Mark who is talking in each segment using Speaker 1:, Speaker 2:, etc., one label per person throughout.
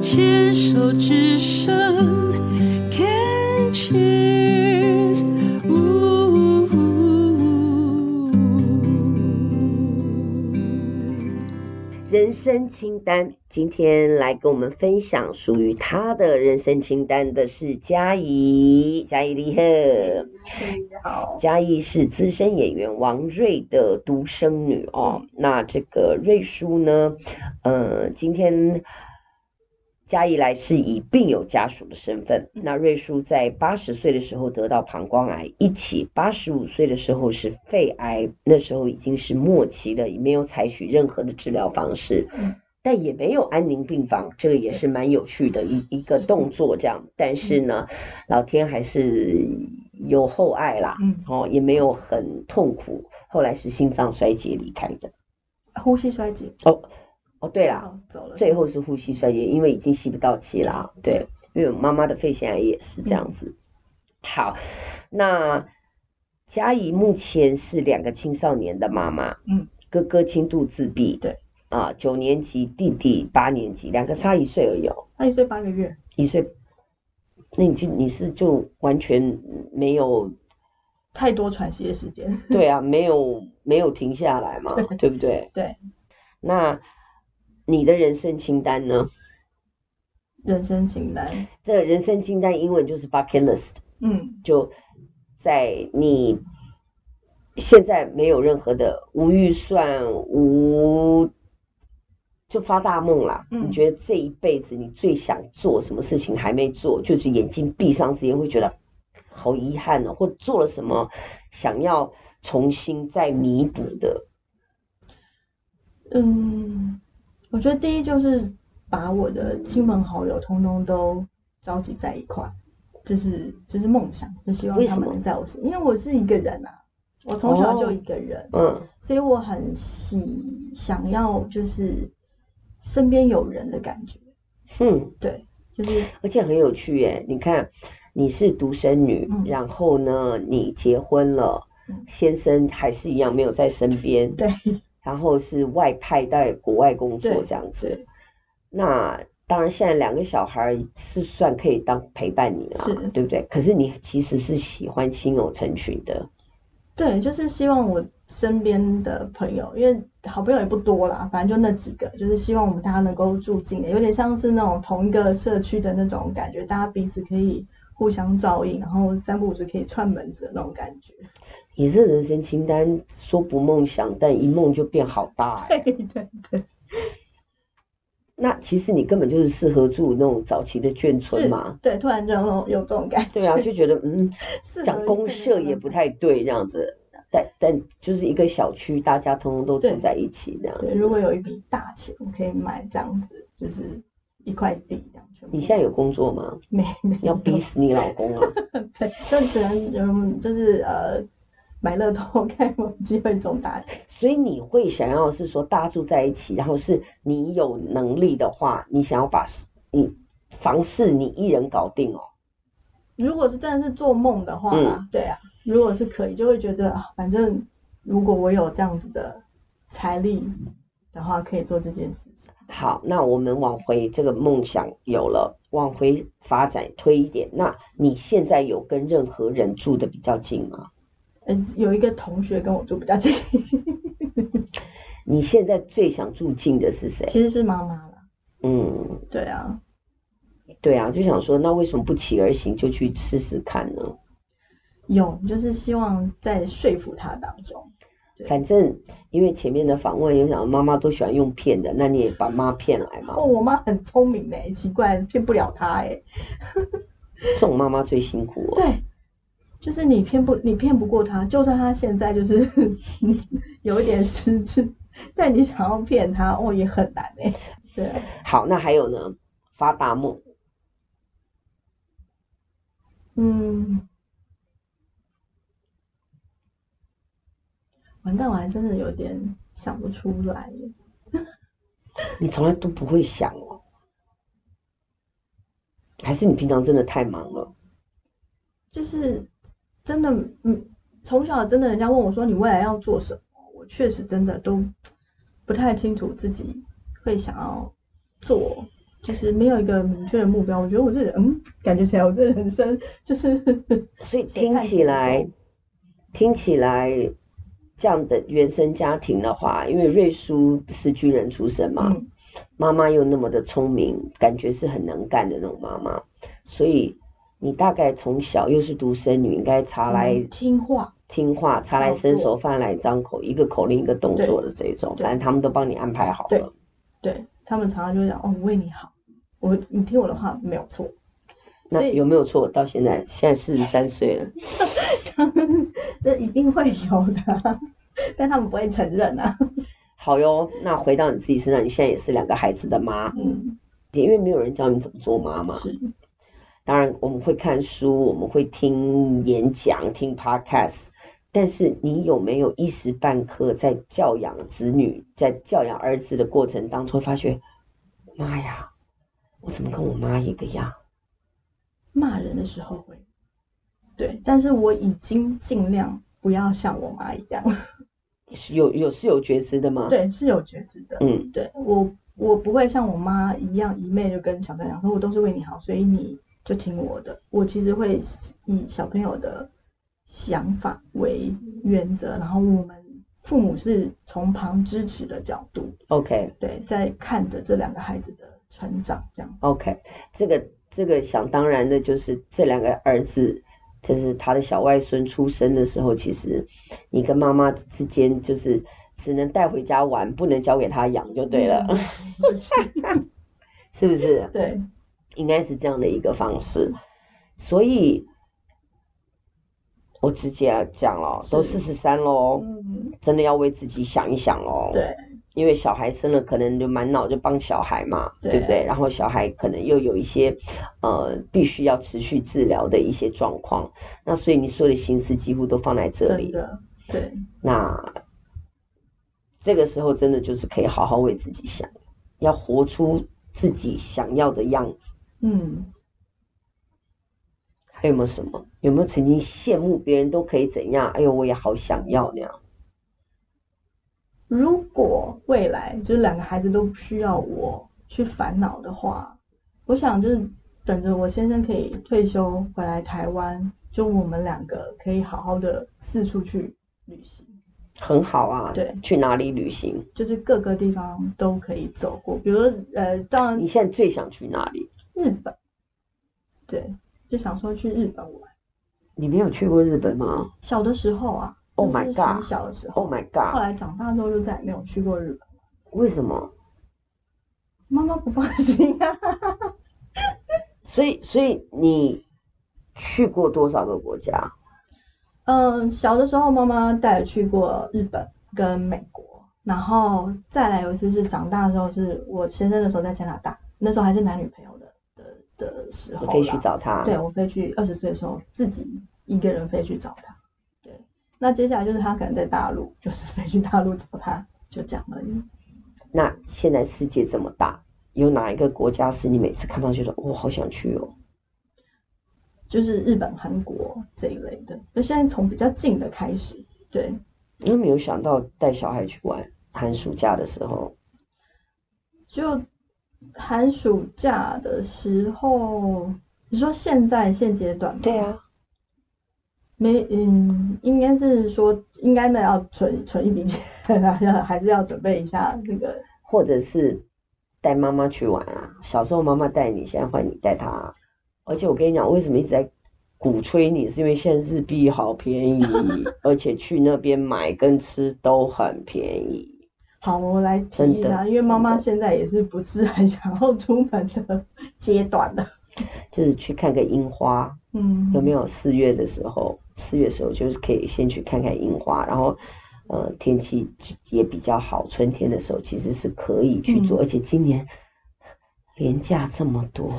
Speaker 1: 牵手之声，Can cheers。
Speaker 2: 人生清单，今天来跟我们分享属于他的人生清单的是嘉怡，嘉怡厉害。
Speaker 3: 好，
Speaker 2: 嘉义是资深演员王瑞的独生女哦。那这个瑞叔呢，呃，今天嘉义来是以病友家属的身份。那瑞叔在八十岁的时候得到膀胱癌，一起八十五岁的时候是肺癌，那时候已经是末期了，也没有采取任何的治疗方式
Speaker 3: 嗯。
Speaker 2: 但也没有安宁病房，这个也是蛮有趣的一一个动作这样。但是呢，老天还是有厚爱啦，
Speaker 3: 嗯，
Speaker 2: 哦，也没有很痛苦，后来是心脏衰竭离开的。
Speaker 3: 呼吸衰竭。
Speaker 2: 哦，对啦，
Speaker 3: 好，走了。
Speaker 2: 最后是呼吸衰竭，因为已经吸不到气啦。对，因为我妈妈的肺腺癌也是这样子。好，那嘉怡目前是两个青少年的妈妈，
Speaker 3: 嗯，
Speaker 2: 哥哥轻度自闭，
Speaker 3: 对，
Speaker 2: 啊，九年级，弟弟八年级，两个差一岁而已哦，
Speaker 3: 他一岁八个月，
Speaker 2: 一岁。那你就你是就完全没有
Speaker 3: 太多喘息的时间。
Speaker 2: 对啊，没有没有停下来 嘛，对不对？
Speaker 3: 对。
Speaker 2: 那你的人生清单呢？
Speaker 3: 人生清单，
Speaker 2: 这个人生清单英文就是 bucket list，
Speaker 3: 嗯，
Speaker 2: 就在你现在没有任何的无预算、无就发大梦啦。
Speaker 3: 嗯
Speaker 2: 你觉得这一辈子你最想做什么事情还没做，就是眼睛闭上之前会觉得好遗憾哦，或做了什么想要重新再弥补的。
Speaker 3: 嗯，我觉得第一就是把我的亲朋好友通通都召集在一块，这是这是梦想，就希望
Speaker 2: 为
Speaker 3: 他
Speaker 2: 什
Speaker 3: 们
Speaker 2: 么
Speaker 3: 能在我身，因为我是一个人啊，我从小就
Speaker 2: 哦
Speaker 3: 一个人，
Speaker 2: 嗯
Speaker 3: 所以我很喜想要就是身边有人的感觉，嗯
Speaker 2: 哼，
Speaker 3: 就是
Speaker 2: 而且很有趣耶！你看，你是独生女，
Speaker 3: 嗯
Speaker 2: 然后呢，你结婚了
Speaker 3: 嗯，
Speaker 2: 先生还是一样没有在身边，
Speaker 3: 对
Speaker 2: 然后是外派到国外工作
Speaker 3: 对
Speaker 2: 这样子。
Speaker 3: 对
Speaker 2: 那当然，现在两个小孩是算可以当陪伴你啦
Speaker 3: 是，
Speaker 2: 对不对？可是你其实是喜欢亲友成群的，
Speaker 3: 对，就是希望我身边的朋友，因为好朋友也不多啦，反正就那几个，就是希望我们大家能够住近的，有点像是那种同一个社区的那种感觉，大家彼此可以互相照应，然后三不五时可以串门子的那种感觉。
Speaker 2: 也是人生清单，说不梦想，但一梦就变好大哎。
Speaker 3: 对对对，
Speaker 2: 那其实你根本就是适合住那种早期的眷村
Speaker 3: 是
Speaker 2: 嘛，，
Speaker 3: 对，突然就有有这种感觉。
Speaker 2: 对啊，就觉得嗯，
Speaker 3: 适合
Speaker 2: 讲
Speaker 3: 一
Speaker 2: 公
Speaker 3: 个
Speaker 2: 社
Speaker 3: 人
Speaker 2: 也
Speaker 3: 的
Speaker 2: 不
Speaker 3: 感
Speaker 2: 太对这样子，但但就是一个小区，大家通通都住
Speaker 3: 对
Speaker 2: 在一起这样
Speaker 3: 觉。对，
Speaker 2: 子。
Speaker 3: 如果有一笔大钱，我可以买这样子，就是一块地这样全部。
Speaker 2: 你现在有工作吗？
Speaker 3: 没没
Speaker 2: 要
Speaker 3: 有
Speaker 2: 逼死你老公 啊！
Speaker 3: 对，就只能嗯，就是呃，买乐透 看有没有机会中大奖。
Speaker 2: 所以你会想要是说大家住在一起，然后是你有能力的话，你想要把你房事你一人搞定哦。
Speaker 3: 如果是真的是做梦的话啦，对啊，如果是可以，就会觉得啊，反正如果我有这样子的财力的话，可以做这件事情。
Speaker 2: 好，那我们往回这个梦想有了，往回发展推一点。那你现在有跟任何人住的比较近吗？
Speaker 3: 呃，有一个同学跟我住比较近，
Speaker 2: 你现在最想住近的是谁？
Speaker 3: 其实是妈妈啦。
Speaker 2: 嗯，
Speaker 3: 对啊，
Speaker 2: 对啊，就想说，那为什么不期而行就去试试看呢？
Speaker 3: 有就是希望在说服他当中，对
Speaker 2: 反正因为前面的访问有讲妈妈都喜欢用骗的，那你也把妈骗来嘛
Speaker 3: 哦，。我妈很聪明哎、奇怪骗不了她哎、
Speaker 2: 这种妈妈最辛苦哦。
Speaker 3: 对，就是你骗不你骗不过他，就算他现在就是 有一点失智，但你想要骗他哦也很难哎、对啊，
Speaker 2: 好，那还有呢，发大梦。
Speaker 3: 嗯，完蛋，我还真的有点想不出来耶。
Speaker 2: 你从来都不会想哦，还是你平常真的太忙了？
Speaker 3: 就是真的，嗯，从小真的，人家问我说你未来要做什么，我确实真的都不太清楚自己会想要做就是没有一个明确的目标。我觉得我这人，嗯，感觉起来我这人生就是
Speaker 2: 所以
Speaker 3: 且看
Speaker 2: 听起
Speaker 3: 且
Speaker 2: 来
Speaker 3: 走，
Speaker 2: 听起来这样的原生家庭的话，因为瑞叔是军人出身嘛，
Speaker 3: 嗯
Speaker 2: 妈妈又那么的聪明，感觉是很能干的那种妈妈，所以你大概从小又是独生女，应该茶来
Speaker 3: 听话，
Speaker 2: 听话，茶来
Speaker 3: 照
Speaker 2: 伸
Speaker 3: 嗯做
Speaker 2: 手，饭来张口，一个口令一个动
Speaker 3: 对
Speaker 2: 作的这种，
Speaker 3: 对
Speaker 2: 反正他们都帮你安排好
Speaker 3: 对
Speaker 2: 了。
Speaker 3: 对他们常常就会讲哦，我为你好，我你听我的话没有错。
Speaker 2: 那
Speaker 3: 所以
Speaker 2: 有没有错？到现在现在四十三岁 了，
Speaker 3: 这一定会有的啊， 但他们不会承认 啊。
Speaker 2: 好哟。那回到你自己身上，你现在也是两个孩子的妈，
Speaker 3: 嗯，
Speaker 2: 因为没有人教你怎么做妈妈。
Speaker 3: 是，
Speaker 2: 当然，我们会看书，我们会听演讲、听 podcast，但是你有没有一时半刻在教养子女、在教养儿子的过程当中，发觉，妈呀，我怎么跟我妈一个样？
Speaker 3: 骂人的时候会，对，但是我已经尽量不要像我妈一样，
Speaker 2: 是有有是有觉知的吗？，
Speaker 3: 对，是有觉知的。
Speaker 2: 嗯，
Speaker 3: 对我，我不会像我妈一样一昧就跟小朋友讲说，我都是为你好，所以你就听我的。我其实会以小朋友的想法为原则，然后我们父母是从旁支持的角度，
Speaker 2: ，OK
Speaker 3: 对，在看着这两个孩子的成长，这样
Speaker 2: OK，这个这个想当然的就是这两个儿子。就是他的小外孙出生的时候，其实你跟妈妈之间就是只能带回家玩，不能交给他养就对了，
Speaker 3: 嗯，是
Speaker 2: 是不是？
Speaker 3: 对，
Speaker 2: 应该是这样的一个方式。所以，我直接讲了，都四
Speaker 3: 是
Speaker 2: 十三喽，
Speaker 3: 嗯，
Speaker 2: 真的要为自己想一想喽。
Speaker 3: 对，
Speaker 2: 因为小孩生了，可能就满脑就帮小孩嘛，
Speaker 3: 对
Speaker 2: 对不对？然后小孩可能又有一些呃必须要持续治疗的一些状况，那所以你所有的心思几乎都放在这
Speaker 3: 真
Speaker 2: 里。
Speaker 3: 的，对，
Speaker 2: 那这个时候真的就是可以好好为自己想，要活出自己想要的样子。
Speaker 3: 嗯。
Speaker 2: 还有没有什么？有没有曾经羡慕别人都可以怎样？哎呦，我也好想要那样。
Speaker 3: 如果未来就是两个孩子都不需要我去烦恼的话，我想就是等着我先生可以退休回来台湾，就我们两个可以好好的四处去旅行，
Speaker 2: 很好啊，
Speaker 3: 对，
Speaker 2: 去哪里旅行？
Speaker 3: 就是各个地方都可以走过，比如说呃，当然
Speaker 2: 你现在最想去哪里？
Speaker 3: 日本，对，就想说去日本玩。
Speaker 2: 你没有去过日本吗
Speaker 3: 小的时候啊
Speaker 2: Oh
Speaker 3: 就是
Speaker 2: my
Speaker 3: 很
Speaker 2: God
Speaker 3: 小的时候
Speaker 2: ？Oh my
Speaker 3: 后
Speaker 2: god！
Speaker 3: 来长大之后就再也没有去过日本，
Speaker 2: 为什么？
Speaker 3: 妈妈不放心啊。
Speaker 2: 所以，所以你去过多少个国家？
Speaker 3: 嗯，小的时候妈妈带我去过日本跟美国，然后再来有一次是长大的时候，是我先生的时候在加拿大，那时候还是男女朋友的的的时
Speaker 2: 你
Speaker 3: 候
Speaker 2: 可以去
Speaker 3: 啦
Speaker 2: 找他。
Speaker 3: 对，我飞去二十岁的时候自己一个人飞去找他。对，那接下来就是他可能在大陆，就是飞去大陆找他，就这样而已。
Speaker 2: 那现在世界这么大，有哪一个国家是你每次看到觉得我好想去哦？
Speaker 3: 就是日本、韩国这一类的，就现在从比较近的开始。对，
Speaker 2: 你有没有想到带小孩去玩寒暑假的时候？
Speaker 3: 就寒暑假的时候，你说现在现阶段吗？
Speaker 2: 对，啊，
Speaker 3: 没，嗯，应该是说，应该呢要存存一笔钱啊， 要还是要准备一下那个。
Speaker 2: 或者是带妈妈去玩啊。小时候妈妈带你，现在换你带她啊、而且我跟你讲，为什么一直在鼓吹你，是因为现在日币好便宜，而且去那边买跟吃都很便宜。
Speaker 3: 好，我来提
Speaker 2: 真
Speaker 3: 一
Speaker 2: 的
Speaker 3: 下，因为妈妈
Speaker 2: 真的
Speaker 3: 现在也是不是很想要出门的 阶段了。
Speaker 2: 就是去看个樱花，
Speaker 3: 嗯，
Speaker 2: 有没有？四月的时候，四月的时候就是可以先去看看樱花，然后。呃，天气也比较好，春天的时候其实是可以去做，
Speaker 3: 嗯
Speaker 2: 而且今年廉价这么多，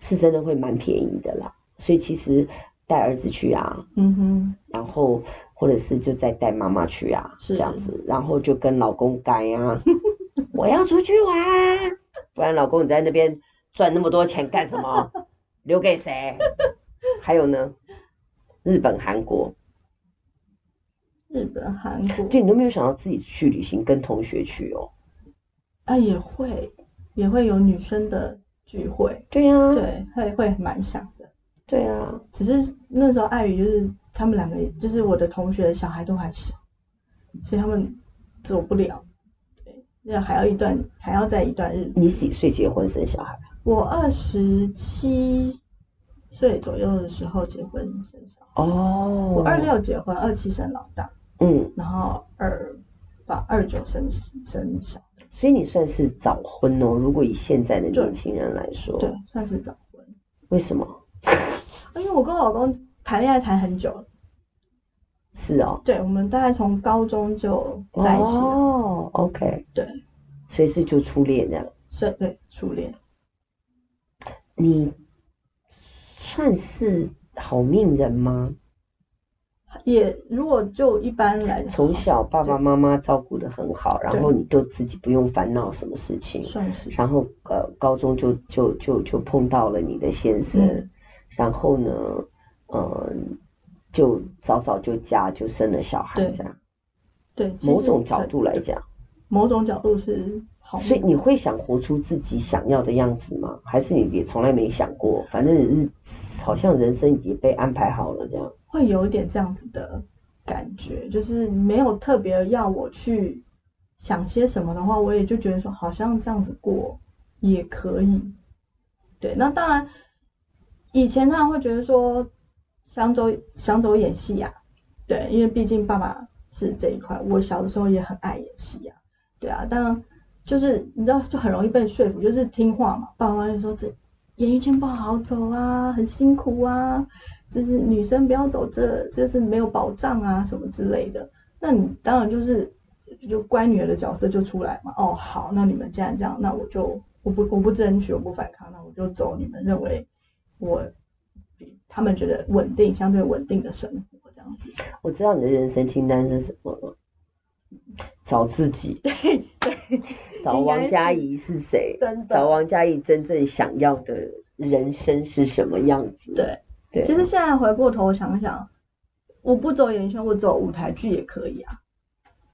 Speaker 2: 是真的会蛮便宜的啦。所以其实带儿子去啊，
Speaker 3: 嗯哼，
Speaker 2: 然后或者是就再带妈妈去啊，这
Speaker 3: 是
Speaker 2: 样子，然后就跟老公改啊， 我要出去玩，不然老公你在那边赚那么多钱干什么？留给谁？还有呢，日本、韩国，
Speaker 3: 日本、韩国，
Speaker 2: 对你都没有想到自己去旅行，跟同学去哦。
Speaker 3: 啊也会，也会有女生的聚会，
Speaker 2: 对呀、
Speaker 3: 对，会会蛮想的。
Speaker 2: 对啊，
Speaker 3: 只是那时候碍于就是他们两个，就是我的同学的小孩都还小，所以他们走不了。对，那还要一段，还要再一段日子。
Speaker 2: 你几岁结婚生小孩？
Speaker 3: 我二十七岁左右的时候结婚生小孩，
Speaker 2: 哦，
Speaker 3: 我二，六结婚，二七生老大，
Speaker 2: 嗯，
Speaker 3: 然后二把二九生生小，
Speaker 2: 所以你算是早婚哦。如果以现在的
Speaker 3: 对
Speaker 2: 年轻人来说，
Speaker 3: 对，算是早婚。
Speaker 2: 为什么？
Speaker 3: 因为我跟我老公谈恋爱谈很久了，
Speaker 2: 是哦，
Speaker 3: 对，我们大概从高中就在一起了，
Speaker 2: 哦，OK，
Speaker 3: 对，
Speaker 2: 所以是就初恋这样。
Speaker 3: 所以对初恋。
Speaker 2: 你算是好命人吗？
Speaker 3: 也如果就一般来讲，
Speaker 2: 从小爸爸妈妈照顾得很好，然后你就自己不用烦恼什么事情，
Speaker 3: 算是
Speaker 2: 然后呃，高中就就就就碰到了你的先生，
Speaker 3: 嗯
Speaker 2: 然后呢，嗯、就早早就嫁，就生了小孩，
Speaker 3: 对
Speaker 2: 这样。
Speaker 3: 对其实
Speaker 2: 某种角度来讲，
Speaker 3: 某种角度是好
Speaker 2: 所以
Speaker 3: 命，
Speaker 2: 你会想活出自己想要的样子吗？还是你也从来没想过？反正日好像人生已经被安排好了这样。
Speaker 3: 会有一点这样子的感觉，就是没有特别要我去想些什么的话，我也就觉得说好像这样子过也可以。对，那当然以前他会觉得说想走想走演戏呀、对，因为毕竟爸爸是这一块，我小的时候也很爱演戏呀、对啊，当然就是你知道就很容易被说服，就是听话嘛，爸爸妈妈就说这演艺圈不好走啊，很辛苦啊，就是女生不要走这，就是没有保障啊什么之类的，那你当然就是就乖女儿的角色就出来嘛，哦好，那你们既然这样，那我就我不我不争取，我不反抗，那我就走你们认为我比他们觉得稳定相对稳定的生活这样子。
Speaker 2: 我知道你的人生清单是什么了，找自 己，找王佳怡是谁，
Speaker 3: 真
Speaker 2: 找王佳怡真正想要的人生是什么样子。
Speaker 3: 对
Speaker 2: 对，
Speaker 3: 其实现在回过头想想，我不走演艺圈，我走舞台剧也可以啊。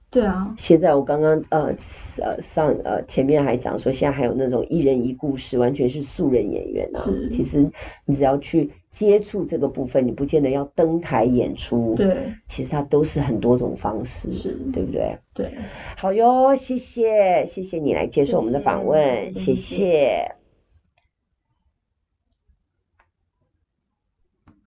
Speaker 3: 对啊，
Speaker 2: 现在我刚刚呃呃上呃前面还讲说，现在还有那种一人一故事，完全是素人演员啊
Speaker 3: 是。
Speaker 2: 其实你只要去接触这个部分，你不见得要登台演出，
Speaker 3: 对，
Speaker 2: 其实它都是很多种方式，
Speaker 3: 是
Speaker 2: 对不对？
Speaker 3: 对。
Speaker 2: 好哟，谢谢，谢谢你来接
Speaker 3: 谢
Speaker 2: 受我们的
Speaker 3: 谢
Speaker 2: 访问，
Speaker 3: 谢谢
Speaker 2: 谢